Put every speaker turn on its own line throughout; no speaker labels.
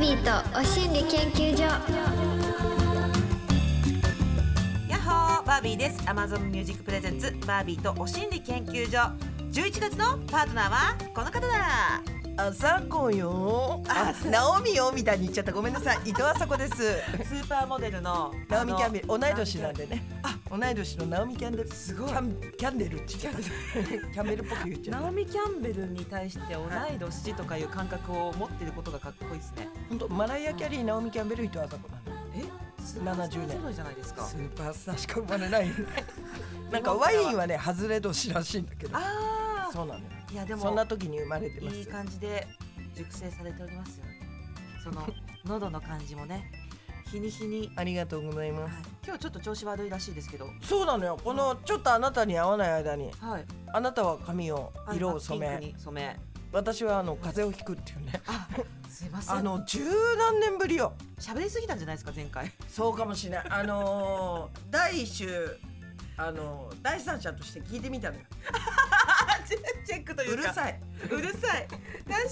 ビーとお心理研究所
ヤッホーバービーです Amazon ミュージックプレゼンツバービーとお心理研究所11月のパートナーはこの方だ
あさこよあ、ナオミよみたいに言っちゃったごめんなさい伊藤あさこです
スーパーモデルの
ナオミキャンベル同い年なん
で
でねあ、同い年のナオミキャンデル
すごい
キャンキャンデルって言っちゃったキャンベルっぽく言っちゃっ
ナ
た
オミ・キャンベルに対して同い年とかいう感覚を持ってることがかっこいいですね
本当マライア・キャリー、ナオミキャンベル、伊藤あさこなの
え
70年
そうじゃないですか
スーパースターしか生まれ ないよねなんかワインはね、外れ年らしいんだけど
あ
そうなのよ
あいやでも
そんな時に生まれてます
いい感じで熟成されておりますよそ の喉の感じもね日に日に、
ありがとうござい
はい
ます、
今日ちょっと調子悪いらしいですけど
そうなのよこのちょっとあなたに合わない間に
はい
あなたは髪を
あ
色を染
ピン
め
クに染め
私はあの風邪をひくっていうね
あすいません
あの十何年ぶりよ
喋りすぎたんじゃないですか前回
そうかもしれないあのー、 第一週あのー、第三者として聞いてみたのよ
チェックと
うる
い
さいう
るさい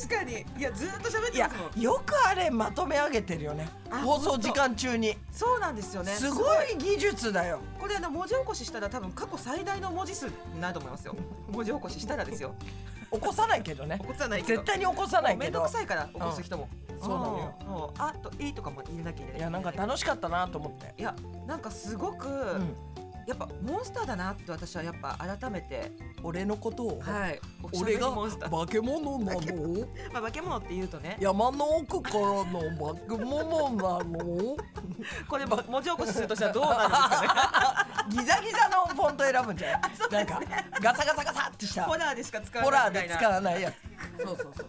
確かにいやずっと喋っ
い
てま
や
すもん
よくあれまとめ上げてるよね
あ
放送時間中に、
そうなんですよね
すごい技術だよ
これあの文字起こししたら多分過去最大の文字数になると思いますよ文字起こししたらですよ
起こさないけど ね
起こさないけど
絶対に起こさない
め
け
んど
ど
くさいから起こす人も、
んそうなのよ
うんもうあといいとかも入れなきゃいけない
いやなんか楽しかったなと思って
いやなんかすごく、
うん、
やっぱモンスターだなって私はやっぱ改めて
俺のことを、
はいおしゃべ
俺
り
が
モンスター、
化け物なの
まあ、化け物っていうとね
山の奥からの化け物なの
これも文字起こしするとしたらどうなるんですかね
ギザギザのフォント選ぶんじゃない、なんかガサガサガサってした
ホラーでしか使
ホ
わない
ラー
みたい
で
な
使わないやつそうそうそう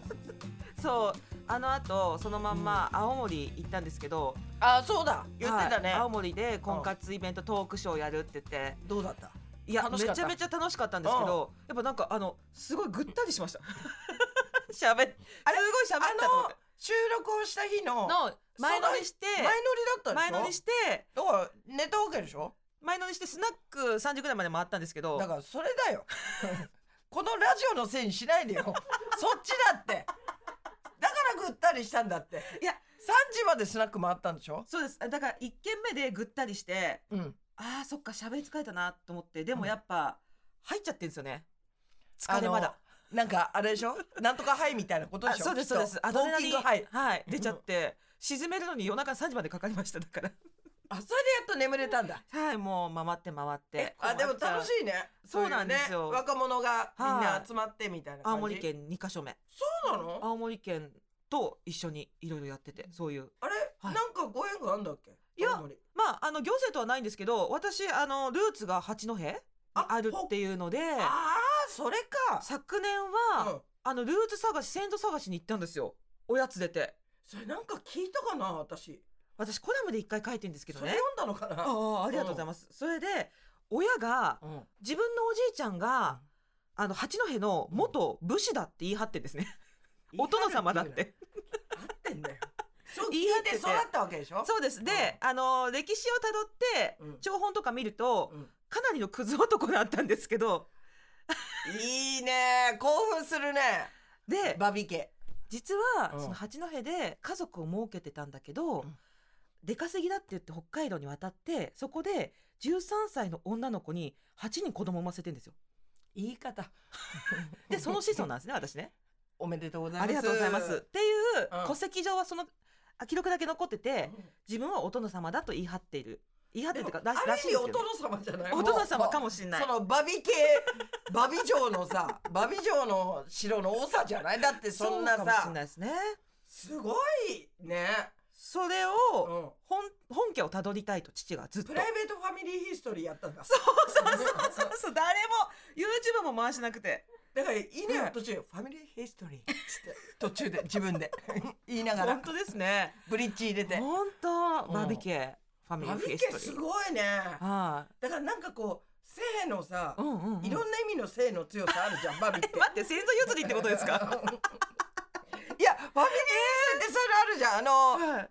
そうあのあとそのまんま青森行ったんですけど、
あそうだ言ってたね、
はい青森で婚活イベントトークショーやるって言って
どうだった
いや
楽
め
し
ち
かった
ゃめちゃ楽しかったんですけどやっぱなんかあのすごいぐったりしました 喋っあれすごい喋ったと思って
収録をした日の
の前乗りして
前乗りだったでしょ
前乗りして
だから寝たわけでしょ
前乗りしてスナック3時ぐらいまで回ったんですけど
だからそれだよ このラジオのせいにしない でよそっちだってだからぐったりしたんだって
いや
3時までスナック回ったんでしょ
そうですだから1軒目でぐったりして
うん
あーそっか喋り疲れたなと思ってでもやっぱ入っちゃってるんですよね
あ
疲れ
の
まだ
なんかあれで しょなんとかハイみたいなことで
あ
しょ
そうですそうで
き
す
っと
アドレナ
ウォーキン
リン
グハイ
はい出ちゃって沈めるのに夜中3時までかかりましただから
あそれでやっと眠れたんだ
はい、もう回って回って。
あでも楽し
い。
いね
そうなんですよ
そういうね若者がみん
は
ない集まってみたいな感じ
青森県2カ所目。
そうなの
青森県と一緒にいろいろやってて、そういう。
あれ、
はい
なんかご縁があんだっけ
いや
青森
まあ、あの、行政とはないんですけど、私、あの、ルーツが八戸に
あ
あるっていうので、
ああそれか
昨年
う
は、
ん
あの、ルーツ探し、先祖探しに行ったんですよ。おやつ出て。
それなんか聞いたかな私
私、コラムで一回書いてんですけど
それ
ね。
読んだのかな
ああ、ありがとうございます。それで、親が、
うん
自分のおじいちゃんが、あの、八戸の元武士だって言い張ってんですね。お殿様だって。
合ってんだよそう聞
言
い
い張って
て
て
育ったわけでしょ
そうです。で、あの、歴史をたどって、
うん
張本とか見ると、
うん
かなりのクズ男だったんですけど、
いいね興奮するね
で、
バビ家
実は、
うん
その八戸で家族を設けてたんだけど、
うん
出稼ぎだって言って北海道に渡って、そこで13歳の女の子に8人子供を産ませてんですよ。
言い方
で、その子孫なんですね、私 ね。
おめでとうございま
あ
す
りがとうございます。っていう、
うん
戸籍上はその、あ記録だけ残ってて、
うん
自分はお殿様だと言い張っている。言い張って
で
ると
も
いうか、
あ
らら
る
しい
意
ん
味
ですけ
お
どね
殿様じゃない
お殿様か
も
もしれない
そ。のバビ系バビ城のさバビ城の城の多さじゃないだってそんな
うかもしれ
さ
ないですね。
すごいね、
それを、
うん、
本本家をたどりたいと父がずっと
プライベートファミリーヒストリーやったんだ
そうそうそうそうそう誰も YouTube も回しなくて
だからいいね、
うん
途中ファミリーヒストリーっつって途中で自 分で言いながら
本当ですね
ブリッジ入れて
本
う
当
ん
バーベキューファミリ
バ
ーフ
ビ
ェ
系
ス
す
トリー
ごいね
はい
だからなんかこう性のさ、
うんうんうん
いろんな意味の性の強さある じゃんバビって
え待って先祖譲りってことですか
いやファミリーヒストリーってそういうのあるじゃんあの、
はい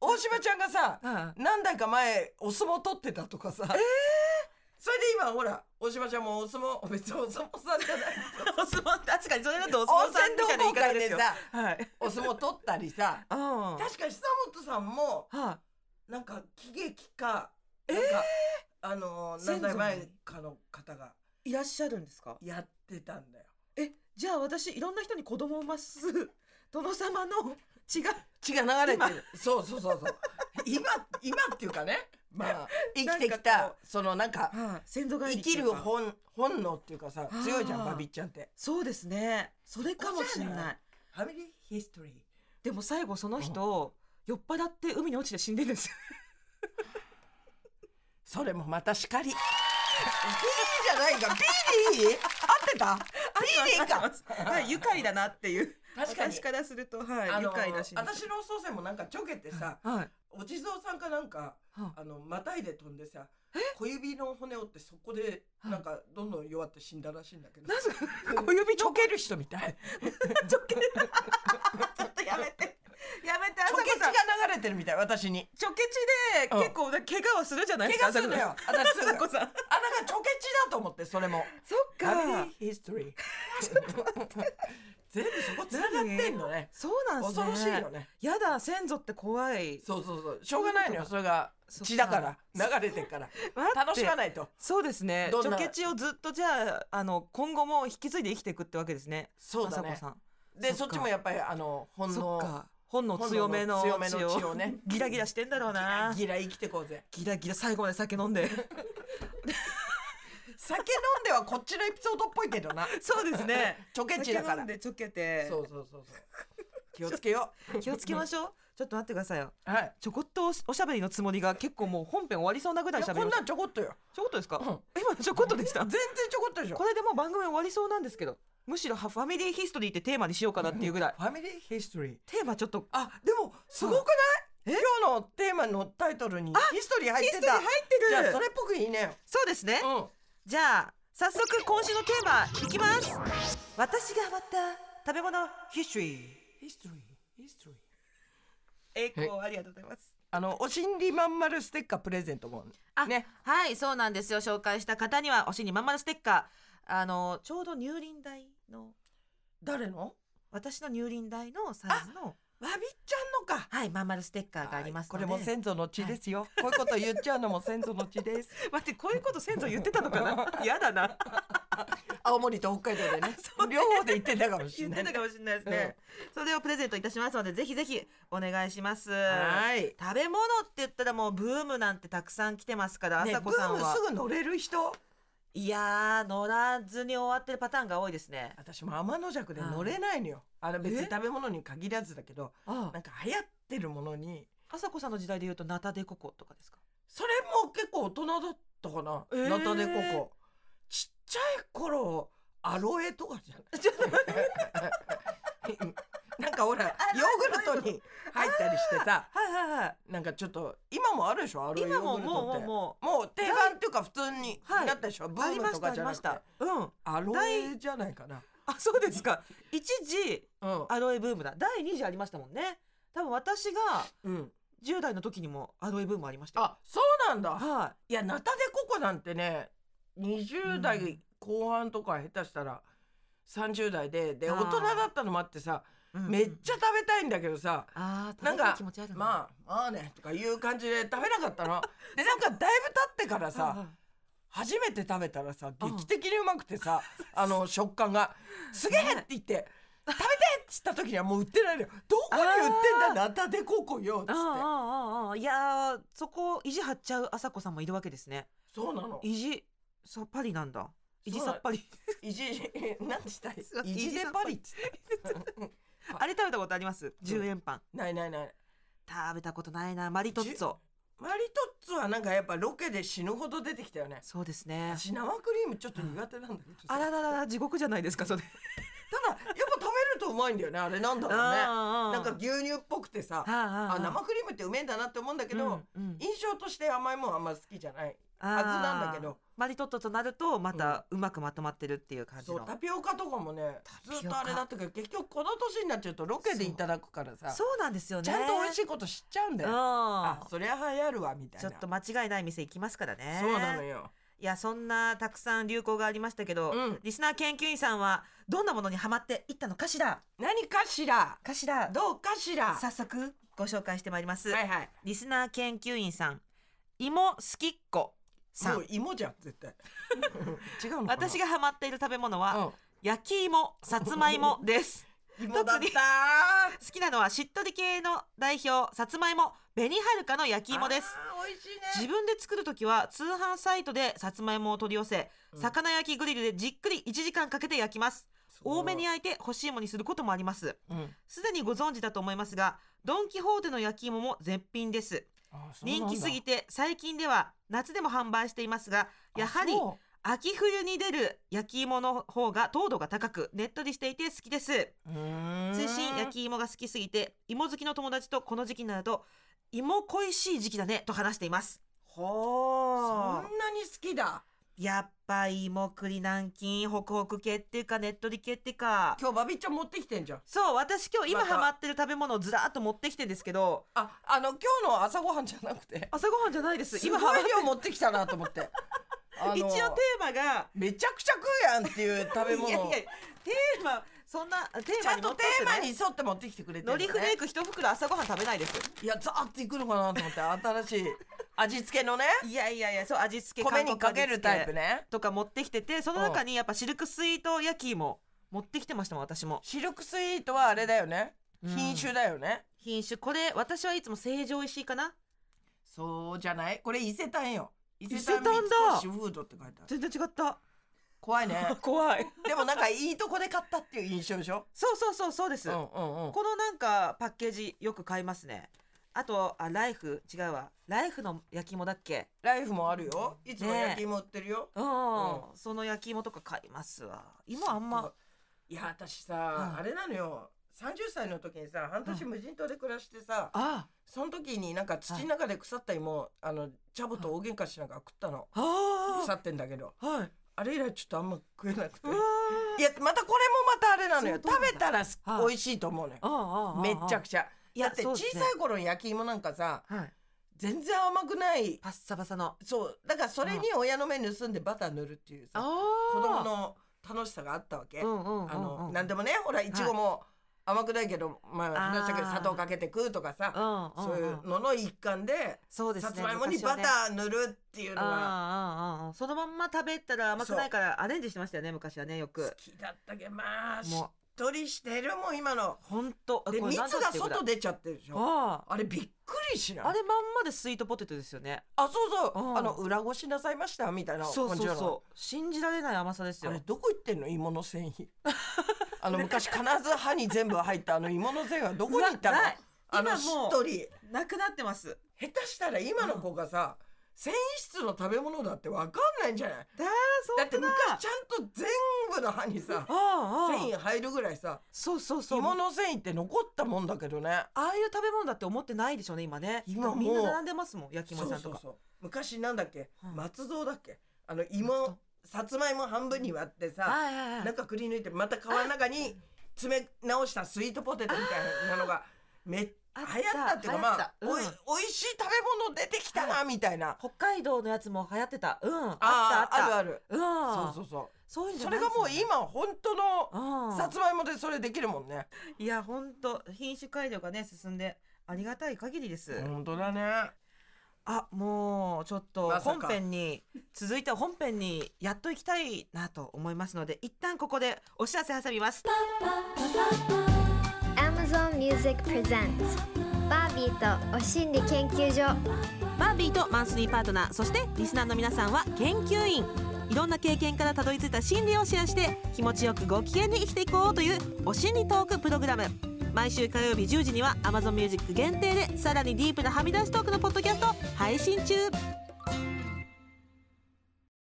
大島ちゃんがさ
はい
何代か前お相撲取ってたとかさ、それで今ほら大島ちゃんもお相撲別にお相撲さんじゃ ない
お相撲確かにそれだとお相撲
温
さんみたいな
泉
言
同好
い方
会
で
です
よ
さ
はい
お相撲取ったりさ
うんはい
確か久本さんもなんか喜劇か
えー
なんか、あのー何代前かの方が
いらっしゃるんですか
やってたんだよ
えじゃあ私いろんな人に子供を産ます 殿様の血が
血が流れてるそうそうそうそう今今っていうかねま あ生きて
な
き
んか
た
こ
そのなんか
先祖返
生
り
き
と
る
か
本本能っていうかさ
あー
強いじゃんバビっちゃんって
そうですねそれかもしれ
ここじゃ
な
ないファミリーヒストリー
でも最後その人、酔っ払って海に落ちて死んでるんですよ
それもまたしかり B じゃない か B でいい合ってた B でいいか
はい愉快だなっていう
確かに
私からするとはい
あ
愉
の
快だし
私の祖先もなんかちょけてさ
はい
お地蔵さんかなんか
は
あのまたいで飛んでさ小指の骨折ってそこでなんかどんどん弱って死んだらしいんだけど
なぜ小指
ちょける人み たい
ちょけるちょっとやめてやめて
ちょ
朝
け血
子
が
さん
流れてるみたい私に
ちょけ血で結構な怪我はするじゃない
怪
ですか
我するのよ私す
朝
ぐあだ
子
か
さん
らちょけ血だと思ってそれも
そっ
ガ
か
ビーヒストリ ー全部そこ繋がってんのね
そうなんですね
恐ろしいよね
やだ先祖って怖い
そうそうそうしょうがないのよそれが
そっか
血だから流れてるから 楽しま
い
ないと
そうですね
ど
ち
ん
ょ
な
け血をずっとじゃああの今後も引き継いで生きていくってわけですね
そうだ
朝子
ね
さん
で
そ
そ
っ
っ
か
ちもやっぱりあの本
そっ
能
か本能強めの
本能の強めの
血
血
を
をね
ギラギラしてんだろうな
ギラ生きてこうぜ
ギラギラ最後まで酒飲ん で
酒飲んではこっちのエピソードっぽいけ どな
そうですね
ちょけ血だか
酒飲
ら
んでちょけて
そうそうそうそう気をつけよ
気をつけましょうちょっと待ってくださいよ
うはい
ちょこっとおしおしゃべりのつもりが結構もう本編終わりそうなぐらい
い
しゃ
や
べ
こ
り
ん
ました
なんちょこっとよ
ちょこっとですか、
うん
今のちょこっとでした
全然ちょこっとでしょ
これでもう番組終わりそうなんですけどむしろファミリーヒストリーってテーマにしようかなっていう ぐらい
ファミリーヒストリー
テーマちょっと
あでもすごくない今日のテーマのタイトルにヒストリー入ってた
って
じゃあ
そ
それっぽくいいね
うですね、
うん
じゃあ早速今週のテーマいきます私がハマった食べ物ヒストリー
ヒストリーヒストリー
栄光ありがとうございます
あのお心理まんまるステッカープレゼントも
あ
ね
はいそうなんですよ紹介した方にはおしにまんまるステッカーあのちょうど乳輪台の
誰の
私の乳輪台のサイズの
わびっちゃんのか
はいまんまるステッカーがあります
こ
ので
れも先祖の血ですよ、こういうこと言っちゃうのも先祖の血です
待ってこういうこと先祖言ってたのか なやだな
青森と北海道でね両方で言ってたかもし
言
れ
って
な
た
い
かもしれないですね、それをプレゼントいたしますのでぜひぜひお願いします
はい
食べ物って言ったらもうブームなんてたくさん来てますから、
ね
朝子さん
ブー
は
ムすぐ乗れる人
いやー乗らずに終わってるパターンが多いですね
私も天の弱で乗れないのよあれ別に食べ物に限らずだけど
あ
なんか流行ってるものに
朝子さんの時代で言うとナタデココとかですか
それも結構大人だったかな、
えー
ナタデココちっちゃい頃アロエとかじゃな い
ちょっと
なんかほらヨーグルトに入ったりしてさ
はいはいはい
なんかちょっと今もあるでしょアロエヨ
今
ー
も
グルト
もうも
っ
う
て
も
もう定番っていうか普通に
はい
なったでしょ、
う
ブームとかじゃなくて
ありましたありました
アロエじゃないかな、
うんあそうですか一時
うん
アロエブームだ第二次ありましたもんね多分私が
うん、
10代の時にもアロエブームありましたよ
あそうなんだ
はい
やナタデココなんてね20代後半とか下手したら30代でで
あ
大
ー
人だったのもあってさ
い、うん
めっちゃ食べたいんだけどさ、
あー
なんか
食べたい気持ちあるな
まあまあねとかいう感じで食べなかっ たのでなんかだいぶ経ってからさ初めて食べたらさ
うん
劇的にうまくて さあの食感が「すげえ!」って言って「食べて!」っつった時にはもう売ってないのよ「どこに売ってんだナタデココよ」っつっ
あ
て
あああああいやーそこ意地張っちゃう朝子さんもいるわけですね
そうなの
意地さっぱりなんだ意地さっぱり
意地何したい
すいません
意地でパリっつって
あれ食べたことあります10円パン、
ないないない
食べたことないなマリトッツォ
マリトッツォはなんかやっぱロケで死ぬほど出てきたよね
そうですね
私生クリームちょっと苦手なんだけどさ
あらららら地獄じゃないですかそれ、
ただやっぱ食べるとうまいんだよねあれなんだろうね
な
なんか牛乳っぽくてさ
あああ
あ生クリームってうめえんだなって思うんだけど、
うんうん
印象として甘いもんあんま好きじゃない
あー
はずなんだけど
マリトッツォとなるとまたうまくまとまってるっていう感じ
そ
の、
うタピオカとかもね
タピオカ
ずっとあれだったけど結局この年になっちゃうとロケでいただくからさ、
そうなんですよね
ちゃんと美味し
い
いこと知っちゃうんだよ、あ
あ
そりゃ流行るわみたい
ちょ
な
っと間違いない店行きますからね
そうなのよ
いやそんなたくさん流行がありましたけど、
うん
リスナー研究員さんはどんなものにハマっていったのかしら
何かしら
かしら
どうかしら
早速ご紹介してまいります、
はいはい
リスナー研究員さん芋好きっ子さ
も
ん
う芋じゃん絶 対違うのかな
私がハマっている食べ物は、
うん
焼き芋さつまいもです
芋だった
特に好きなのはしっとり系の代表さつまいも紅はるかの焼き芋です
あー美味しいね
自分で作るときは通販サイトでさつまいもを取り寄せ、
うん
魚焼きグリルでじっくり1時間かけて焼きます多めに
あ
焼いて干し芋にすることもあります
うん
すでにご存知だと思いますがドン・キホーテの焼き芋も絶品です
あそうなん
人
だ
気すぎて最近では夏でも販売していますがやはり
あそ
秋冬に出る焼き芋の方が糖度が高くねっとりしていて好きです
ううーん
通信焼き芋が好きすぎて芋好きの友達とこの時期になると芋恋しい時期だねと話しています
そん
ほ
なに好きだ
やっぱ芋栗南京ホクホク系っていうかねっとり系っていうか
今日バビちゃん持ってきてんじゃん
そう私今日今
また
ハマってる食べ物をずらーっと持ってきてんですけど
ああの今日の朝ごはんじゃなく て
朝ごはんじゃないですす今
今
ハマ
ごい量持ってきたなと思って あの
一応テーマが
めちゃくちゃ食うやんっていう食べ物
いやいやテーマそんなテー
ちゃ
マ
ん
に
と
持って
テ
って
ーマ
ね
に沿って持ってきてくれてる
の
のね
りフレーク一袋朝ごはん食べないです
いやザーっていくのかなと思って新しい味付けのね
いやいやいやそう味付け
米
韓
に
国
かけるタイプ
味付け
ね
とか持ってきててその中にやっぱシルクスイート焼き芋持ってきてましたもん私も
シルクスイートはあれだよね
うん
品種だよね、
品種これ私はいつも成城石井かな
そうじゃないこれ伊勢丹よ伊
勢丹
三越フードって書いてある
全然違った
怖いね
怖い
でもなんかいいとこで買ったっていう印象でしょ
そうそうそうそうです、
うんうん
このなんかパッケージよく買いますねあとあライフ違うわライフの焼き芋だっけ
ライフもあるよいつも
ねえ
焼き芋売ってるよ、
うん、その焼き芋とか買いますわ芋あんま
いや私さ、
うん
あれなのよ30歳の時にさ半年無人島で暮らしてさ、
あ
その時になんか土の中で腐った芋、あのジャボと大喧嘩しながら食ったの、
あ
腐ってんだけど
はい
あれ以来ちょっとあんま食えなくて
うわ
いやまたこれもまたあれなのよ
そうな
食
んだ
べたらす
はい
美味しいと思うのよ
ああああ
めっちゃく
ち
ちゃ
い
だ
や
って
そ
小
うですね
さい頃の焼き芋なんかさ
ゃはい
全然甘くない
パッサパサの
そうだからそれに親の目盗んでバター塗るっていうさ子
子
供の楽しさがあったわけ、
うんうんうんうん
あの何でもねほらいちごも甘くないけど、まあ話したけど
あー
砂糖かけて食うとかさ、
うん
そうい
んん
うのの一環で
そうです
さ
ね
つまいもに
昔は
バ
ね
ター塗るっていうのが
ああああああそのまんま食べたら甘くないからアレンジしてましたよね昔はねよ
好
く
きだったけどまあしっ
もう
とりしてるもん今の
本当
で蜜が外
で
出ちゃってるでしょ
あ
あれびっくりしない
ああれまんまでスイートポテトですよね
あそうそう、
うん
あの裏ごしなさいましたみたいな
そう
感じ
そ
な
う
の
そう信じられない甘さです
あ
よ
れどこ行ってんの芋の 繊維あの昔必ず歯に全部入ったあの芋の繊維はどこに行ったの
なない
あの
今
し
もう
っとり
なくなってます
下手したら今の子がさ、繊維質の食べ物だって分かんないんじゃない
だ
だって昔
あ
ちゃんと全部の歯にさ
あ
繊維入るぐらいさ
そうそうそう
芋の繊維って残ったもんだけどね
ああいう食べ物だって思ってないでしょうね今ね
今もう
みんな並んでますもん焼き芋
そう
屋
そ
さ
うん
とか
そう昔なんだっけ
うん
松蔵だっけあの
松
芋
蔵
さつまいも半分に割ってさ
はいはいはい
中くり抜いてまた皮の中に詰め直したスイートポテトみたいなのがめっ
あ
流
っ
行
た
ったっていうかまあ、
流行ったうん
おい美味しい食べ物出てきたなみたいな、
北海道のやつも流行ってたうんあったあ
あ
っ
あ
た
ある
うん
あるそうそうそう
そういうんじ
そ
ゃな
れ
いで
が
す
も
も
うん
ね
今本当の
うん
さつまいもでそれできるもんね。
いや本当品種改良がね進んでありがたい限りです、
本当だね。
あもうちょっと
まさ
本
か
編に続いては本編にやっと行きたいなと思いますので一旦ここでお知らせ挟みます
Amazon Music Presents バービーとお心理研究所
バービーとマンスリーパートナーそしてリスナーの皆さんは研究員いろんな経験からたどり着いた心理をシェアして気持ちよくご機嫌に生きていこうというお心理トークプログラム毎週火曜日10時には Amazon Music 限定でさらにディープなはみ出しトークのポッドキャストを配信中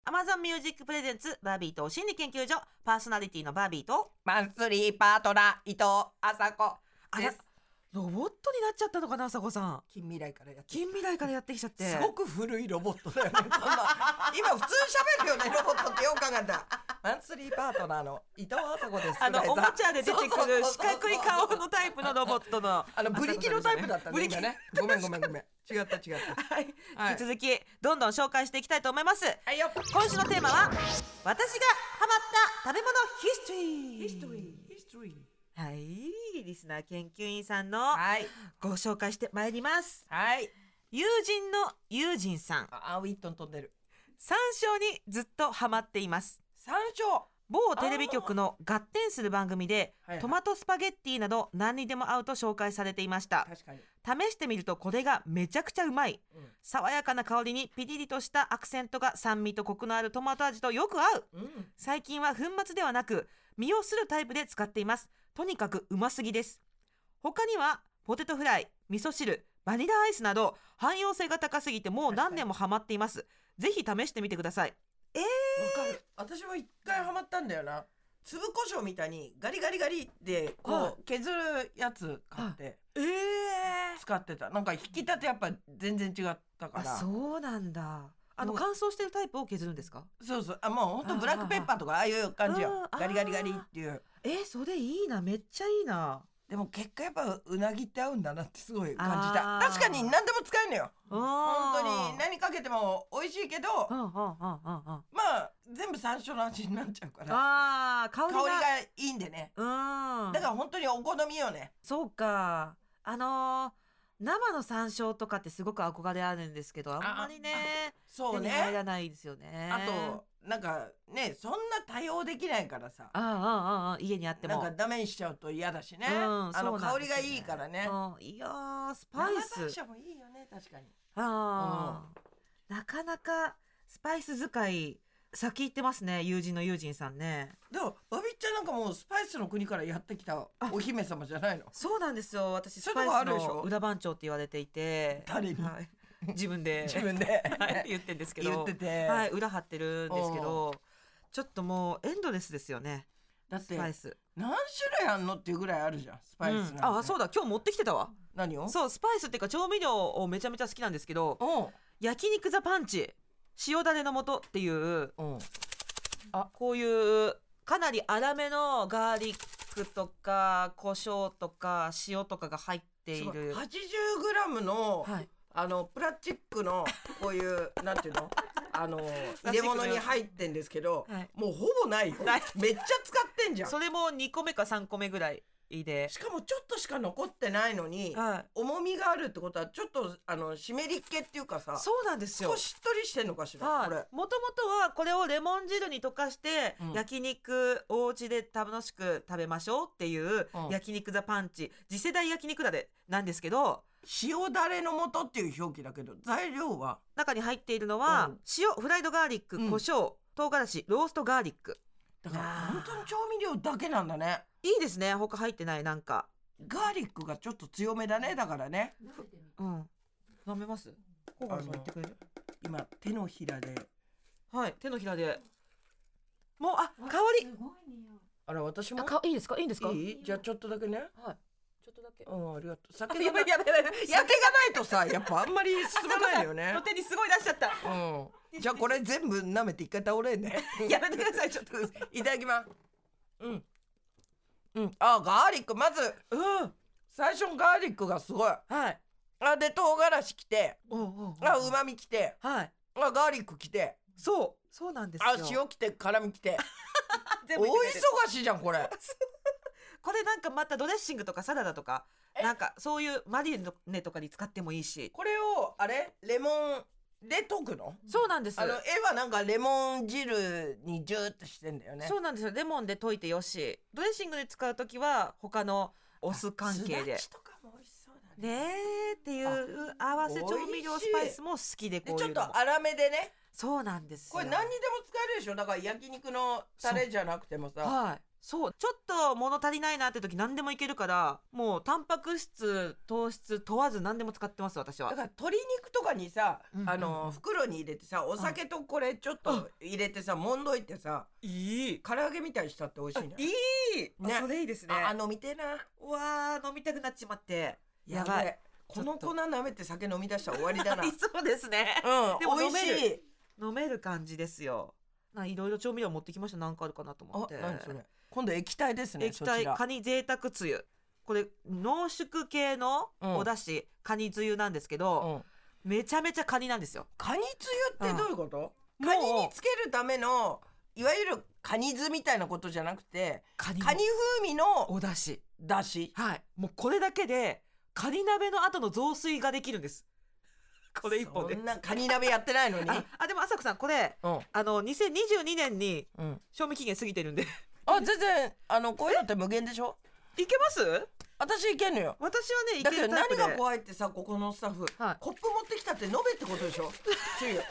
Amazon Music プレゼンツバービーとお心理研究所パーソナリティのバービーと
マンスリーパートナー伊藤麻子
あ
で
ら
す。
ロボットになっちゃったのかな朝子さん
近未来からやってる。
近未来からやってきちゃって
すごく古いロボットだよね。こんな今普通喋るよねロボットってよう考えたら。マンスリーパートナーの伊藤麻子です
あのおもちゃで出てくる
そ
四
うそうそうそう
角い顔のタイプのロボットの
あのブリキのタイプだった
ブ
ね
リキ
今ねごめんごめんごめん違った違った
はい、
はい
引き続きどんどん紹介していきたいと思います
はいよ
今週のテーマは私がハマった食べ物ヒストリーはいリスナー研究員さんの
はい
ご紹介してまいります
はい
友人の友人さん
ああウィットン飛んでる
山椒にずっとハマっています
山椒
某テレビ局の合点する番組で
はいはい
トマトスパゲッティなど何にでも合うと紹介されていました
確かに
試してみるとこれがめちゃくちゃうまい
うん
爽やかな香りにピリリとしたアクセントが酸味とコクのあるトマト味とよく合う
うん
最近は粉末ではなく実をするタイプで使っていますとにかくうますぎです他にはポテトフライ味噌汁バニラアイスなど汎用性が高すぎてもう何年もハマっていますぜひ試してみてください
わかる私も一回ハマったんだよな粒胡椒みたいにガリガリガリで
は
こう削るやつ買って
ええ
使ってたなんか引き立てやっぱ全然違ったか
あ
ら
そうなんだあの
もう
乾燥してるタイプを削るんですか
そうそうあもうほんとブラックペッパーとかああいう感じよ
あー
ガリガリガリっていう
えー、それいいなめっちゃいいな
でも結果やっぱうなぎって合うんだなってすごい感じ
あ
た
ー
確かに何でも使えるのよ本当に
ね
何かけても美味しいけど
うんうんうんうんうん
まあ全部山椒の味になっちゃうから
あー香
香
り
り
が
がいいんでね
うん
だから本当にお好みよね
そうかあのー生の山椒とかってすごく憧れあるんですけどあんまりね
そう
手に入
ね
らないですよね
あとなんかねそんな対応できないからさ
ああああ家にあって
なん
も
かダメにしちゃうと嫌だしね
うん
あの
そうな
香
んで
り
すよ
がいいからね
うんいやースパイ
生山
ス
椒もいいよね確かに
あーなかなかスパイス使い先行ってますね友人の友人さんね
でもバビッちゃんなんかもうスパイスの国からやってきたお姫様じゃ ないの
そうなんですよ私
そう
ス
い
パイ
うとこあ
ス
るでしょ
の裏番長って言われていて
誰に
はい 自分で
自分で
はい言ってんですけど
言ってて
はい、裏張ってるんですけど、ちょっともうエンドレスですよね。
だっ
ス
て
パイス。
何種類あんのっていうぐらいあるじゃんスパイス
うんあ、そううだ、今日持ってきてたわ。
何を
そう、スパイスっていうか調味料をめちゃめちゃ好きなんですけど、
う
焼肉ザパンチ、塩だれの素っていう、
んうん
こういうかなり粗めのガーリックとか胡椒とか塩とかが入ってい
八
る。
十グラムの、
はい。
あのプラスチックのこういう なんていうのあの入れ物に入ってんですけど、
はい
もうほぼないよ
ない
めっちゃ使ってんじゃん
それも2個目か3個目ぐらいで。
しかもちょっとしか残ってないのに、
はい。
重みがあるってことはちょっとあの湿りっ気っていうかさ
そうなんですよ。
少ししっとりしてんのかしら、
はい、
これ
もともとはこれをレモン汁に溶かして、
うん
焼肉お家で楽しく食べましょうっていう、
うん
焼肉ザパンチ次世代焼肉だれなんですけど
塩だれの素っていう表記だけど材料は
中に入っているのは、
うん
塩フライドガーリック
うん
胡椒、唐辛子ローストガーリック
だから
あー
本当に調味料だけなんだね
いいですね他入ってないなんか
ガーリックがちょっと強めだねだからね
うん飲めます小原さん
あの
言ってくれる
今手のひらで
はい手のひらでもうあ香り
あら私も
あかいいですかいいんですか
いいじゃあちょっとだけね
はいちょっとだけ
うんありがとう
あ
酒
や
が
ば
ないい
やばいやばいやばい
酒がないとさやっぱあんまり進まないのよね
の手にすごい出しちゃった
うんじゃあこれ全部舐めて一回倒れん ね
やめてくださいちょっと
いただきますうんうんあガーリックまず
うん
最初のガーリックがすごい
はい
あで唐辛子きて
おうおう
あうまみきて
はい
あガーリックきて
そうそうなんですよ
あ塩きて辛みきて
全
大
部入れてる
忙しいじゃんこ れ
これなんかまたドレッシングとかサラダとか
え
なんかそういうマリネとかに使ってもいいし
これをあれレモンで溶くの
そうなんです
あの絵はなんかレモン汁にジューッとしてんだよね
そうなんですよレモンで溶いてよしドレッシングで使う時は他のお酢関係で
スダチとかも美味しそうだね
ねえっていう合わせ調味料
美味し
ス
い
パイスも好きで
で
こう
ち
い
ょ
う
っ
のも
と粗めでね
そうなんですよ
これ何にでも使えるでしょだから焼肉のタレじゃなくてもさ
はい。そう。ちょっと物足りないなって時何でもいけるから、もうタンパク質、糖質問わず何でも使ってます、私
だ
は
か。ら鶏肉とかにさ、
うんうんうん
あの袋に入れてさお酒とこれちょっと入れてさもんどいてさ
いい。
唐揚げみたいにしたって美味しいね
いい、
ね
あそれいいですね。
ああ飲みてえな
うわー、飲みたくなっちまって。やば
べ
い
え。この粉舐めて酒飲み出したら終わりだな
そうですね。
う
でも
ん
飲
美味
める
しい
飲める感じですよ。ないろいろ調味料持ってきましたなんかあるかなと思
あ
って
何それ今度液体ですね
液
そち
体
ら
カニ贅沢つゆこれ濃縮系の
うん
お出汁、カニつゆなんですけ
う
ど、
ん
めちゃめちゃカニなんですよ
カニつゆってどういうこと、
うん
カニ
もう
につけるためのいわゆるカニ酢みたいなことじゃなくて
カニの
カニ風味の
お出汁
だし
はいもうこれだけでカニ鍋の後の雑炊ができるんです これ一本
そ
で
んなカニ鍋やってないの に
ああでも朝子さんこれ
うん
あの2022年に
うん
賞味期限過ぎてるんで
あ全然あのこういうのって無限でしょ
いけます
私いけんのよ
私はねい
だ
け
けど
るタイプ
何
で
が怖いってさここのスタッフ、
はい
コップ持ってきたって飲めってことでしょつ ゆつゆ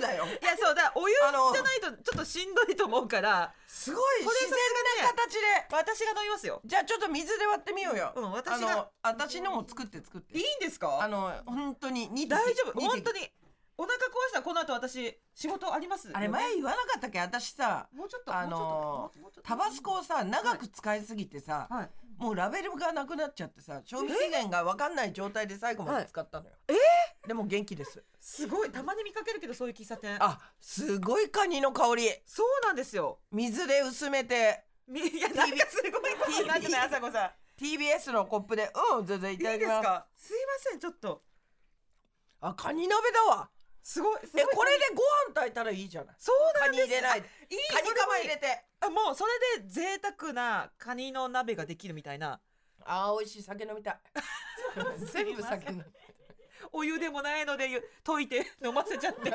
だよ
いやそうだお湯
あの
じゃないとちょっとしんどいと思うから
すごい
これ
自然な
さすが
形で
私が飲みますよ
じゃあちょっと水で割ってみようよ、
うん私
あ
が
の私のも作って作っ
い
て
いんですか
あの本当に2
大丈夫本当
に
にお腹壊したらこの後私仕事ありますよね
あれ前言わなかったっけ私さ
もうちょっと
あの
もうちょっともうちょっと
タバスコをさ長く使いすぎてさ、
はい
もうラベルがなくなっちゃってさ賞味期限が分かんない状態で最後まで使ったのよ、でも元気です
すごいたまに見かけるけどそういう喫茶店
あすごいカニの香り
そうなんですよ
水で薄めて
みいやなんかすごいことになってない朝子さ
TBS のコップでうん全然い
んい
ただ
い
き
です
ます
かすいませんちょっと
あカニ鍋だわ
すごいすご
え
い
これでご飯炊いたらいいじゃない
そうな
カ
ん
ニ
です
入れない
あいい
カニカマ入れ
て
て
あもうそれで贅沢なカニの鍋ができるみたいな
あー美味しい酒飲みたい 全部酒飲み
お湯でもないのでゆ溶いて飲ませちゃって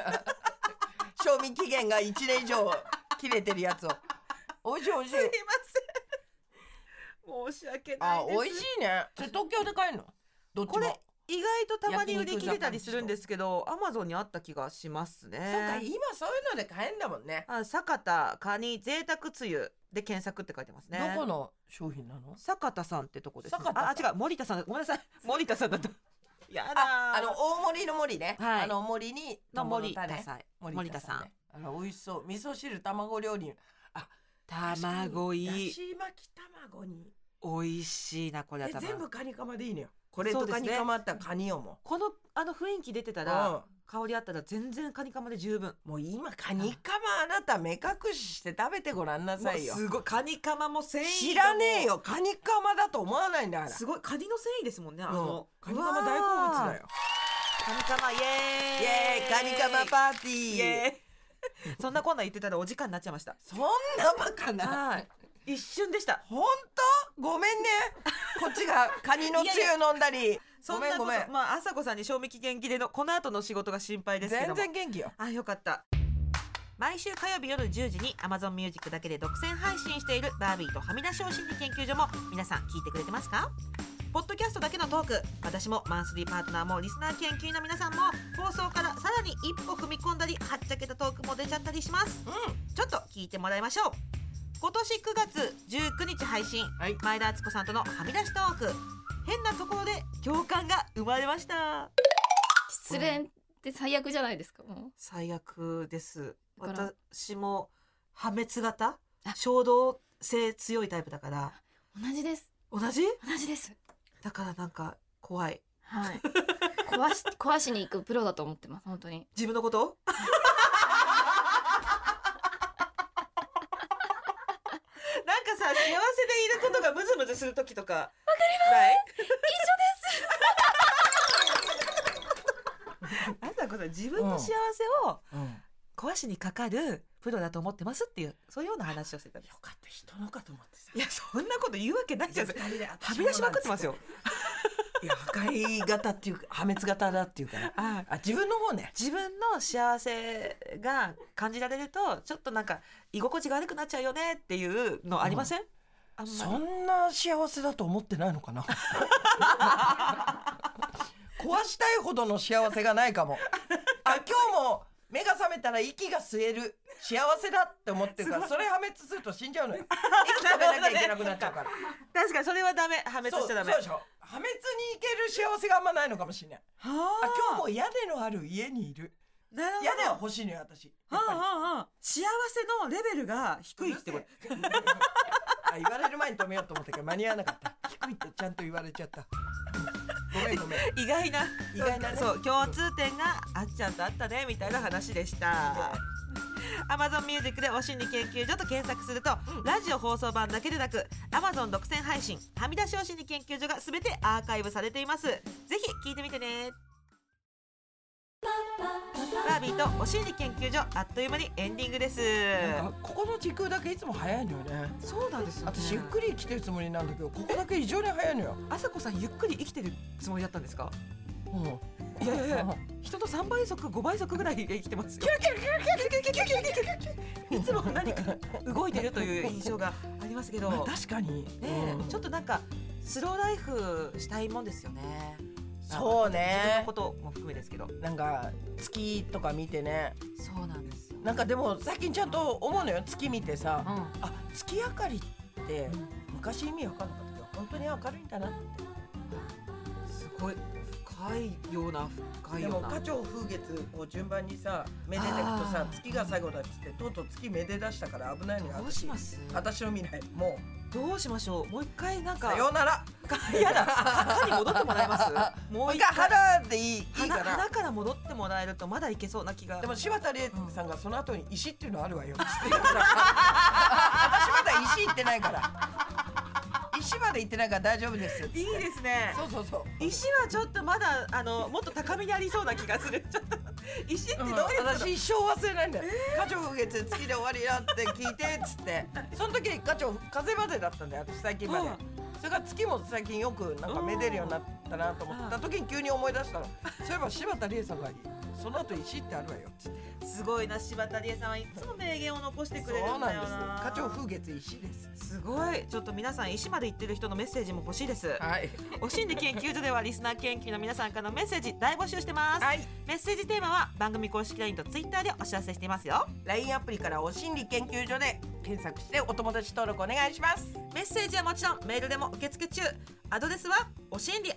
賞味期限が1年以上切れてるやつを美味しい美味しい
すいません。申し訳な
あ
いです。
美味しいねそれ東京で買えるのどっちも
これ意外とたまに売り切れたりするんですけど、アマゾンにあった気がしますね。
そうか今そういうので買えんだもんね
あ、坂田カニ贅沢つゆで検索って書いてますね。
どこの商品なの
坂田さんってとこです、ね。
坂田さ
あ、あ違う、森田さんだ、ごめんなさい、森田さんだった。やだー。
ああの大盛りの盛りね、
はい
あの盛りに
の森
友
田
種
さん、
森
森田
田さ
さ
ん,、
ん
ね、。あの美味しそう味噌汁卵料理
卵い
だ
い、
し巻き卵に
美味しいな、これは
え
多分。
全部カニカマでいいのよこれ
そ
と
うで
カ
す
ニ
ね
カマあったらカニよも
この、あの雰囲気出てた
う、
ら、香りあったら、全然カニカマで十分。
ん、もう今カニカマあなた目隠しして食べてごらんなさいよ
もうすごいカニカマも繊維がもう
知らねえよカニカマだと思わないんだから
すごいカニの繊維ですもんねあの、
うんカニカマ大好物だ
よ
よ
カニカマイエ
イ
ーイ
エーイカニカマパーテ
イ
ィー
エー イそんなこんなん言ってたらお時間になっちゃいま した
そんなバカな
はい一瞬でした
本当ごめんねこっちがカニのつゆ飲んだり
そ
ご
ん
め
なんこ
ご
と
めん
まあ朝子さんに賞味期限切れのこの後の仕事が心配ですけど
全
も
然元気よ
あよかった毎週火曜日夜10時に Amazon Music だけで独占配信しているバービーとはみ出しを心理研究所も皆さん聞いてくれてますかポッドキャストだけのトーク私もマンスリーパートナーもリスナー研究員の皆さんも放送からさらに一歩踏み込んだりはっちゃけたトークも出ちゃったりします
う
ちょっと聞いてもらいましょう今年9月19日配信、
はい
前田敦子さんとのはみ出しトーク変なところで共感が生まれました
失恋って最悪じゃないですかも
最悪です
だから
私も破滅型
あ
衝動性強いタイプだから
う同じです
同じ
同じです
だからなんか怖い
はい 壊し壊しに行くプロだと思ってます本当に
自分のことなんかさ幸せでいることがムズムズする時とかわかります一緒です あさこさん自分の幸せを
ん、よ
壊しにかかるプロだと思ってますっていうそういうような話をしてたんです
かった人のかと思っ てさ
いやそんなこと言うわけないじゃんは
人で
み出しまくってますよ
いや破壊型っていうか破滅型だっていうから
はい
あ自分の方ね
自分の幸せが感じられるとちょっとなんか居心地が悪くなっちゃうよねっていうのありません、あんまり
そんな幸せだと思ってないのか な壊したいほどの幸せがないかもあ今日も目が覚めたら息が吸える幸せだって思ってるからそれ破滅すると死んじゃうのよ息食べ なきゃいけなくなっちゃうから
確かにそれはダメ破滅
そう
しちゃダメ
そうでしょ破滅に行ける幸せがあんまないのかもしれない
は
あ今日も屋根のある家にいる
もなるほど
屋根は欲しいのよ私やっぱり
はあはあ幸せのレベルが低いってこと
うるせえあ言われる前に止めようと思ったけど間に合わなかった低いってちゃんと言われちゃったごめんごめん
意外 な
意外な ね
そう共通点があっちゃんとあったねみたいな話でした Amazon Music でお心理研究所と検索すると、ラジオ放送版だけでなく Amazon 独占配信はみ出しお心理研究所がすべてアーカイブされていますぜひ聞いてみてねバービーとお心理研究所あっという間にエンディングです
なんかここの時空だけいつも早いのよね
そうなんですよ、ね、
私ゆっくり来てるつもりなんだけどここだけ異常に早いのよ
あさこさんゆっくり生きてるつもりだったんですか
うん
いやいやいや人の3倍速5倍速ぐらい生きてますよいつも何か動いてるという印象がありますけど、
まあ
ね
確かに、
え
うん
ちょっとなんかスローライフしたいもんですよね。
そ
自分の
うね
ことも含めですけど。
なんか月とか見てね
そうなんですよ。
なんかでも最近ちゃんと思うのよ月見てさ、
うん、
あ月明かりって昔意味わかんなかったけど本当に明るいんだなって
すごい深いような深い
で
よ
も
うな。
花鳥風月こう順番にさめでていくとさ
あー
月が最後だっつってとうとう月めで出したから危ないのよ
どうします？
私の未来も
どうしましょう。もう一回なん
う
か
さようなら
やだ。墓に戻ってもらえます？も
もう
う
一
一
回
回
花でいいいいか
花
な
花から戻ってもらえるとまだいけそうな気が。
でも柴田理恵さんがその後に石っていうのあるわよ 私まだ石行ってないから石まで行ってないから大丈夫ですよ
いいですね。
そうそうそう
石はちょっとまだあのもっと高みにありそうな気がする。ちょっ と石ってどう
う
い
ん
うこと、
私一生忘れないんだよ「花鳥風月月で終わりだ」って聞いてっつ ってその時に花鳥風までだったんだよ私最近まで、
うん
それから月も最近よくなんかめでるようになったなと思った時に急に思い出したのそういえば柴田理恵さんが「その後石ってあるわよ」っつって
すごいな柴田理恵さんはいつも名言を残してくれ
そ
る
うんな
だ
ん
よ
です
な
花鳥風月石です
すごいちょっと皆さん石まで行ってる人のメッセージも欲しいです
はい
お心理研究所ではリスナー研究の皆さんからのメッセージ大募集してます、
はい
メッセージテーマは番組公式 LINE と Twitter でお知らせしていますよ
LINE アプリから「お心理研究所」で検索してお友達登録お願いします
メッセージはもちろんメールでも受付中アドレスはおしんり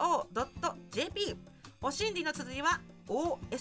tbs.co.jp おしんりの綴りは oshinri で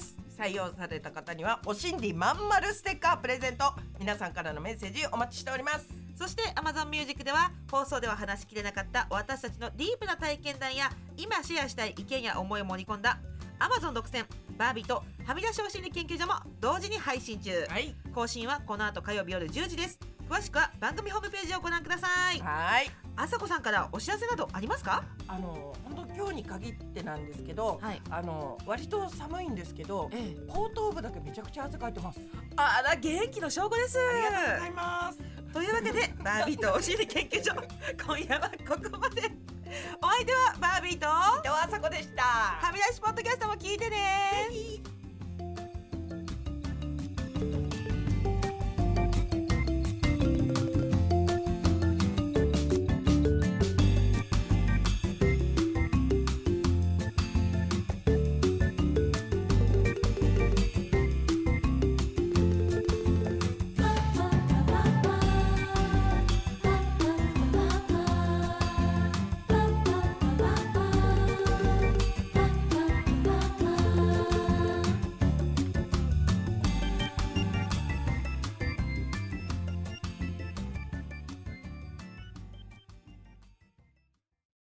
す
採用された方には「お心理まんまるステッカー」プレゼント皆さんからのメッセージお待ちしております
そして Amazon Music では放送では話しきれなかった私たちのディープな体験談や今シェアしたい意見や思いを盛り込んだ Amazon 独占バービーとはみ出しお心理研究所も同時に配信中、
い
更新はこの後火曜日夜10時です詳しくは番組ホームページをご覧ください
はい
あさこさんからお知らせなどありますか
あの本当今日に限ってなんですけど、
はい
あの割と寒いんですけど
ええ
後頭部だけめちゃくちゃ汗かいてます
あら元気の証拠です
ありがとうございます
というわけでバービーとお心理研究所 今夜はここまでお相手はバービーとは
ではあさこでした
み出しポッドキャストも聞いてね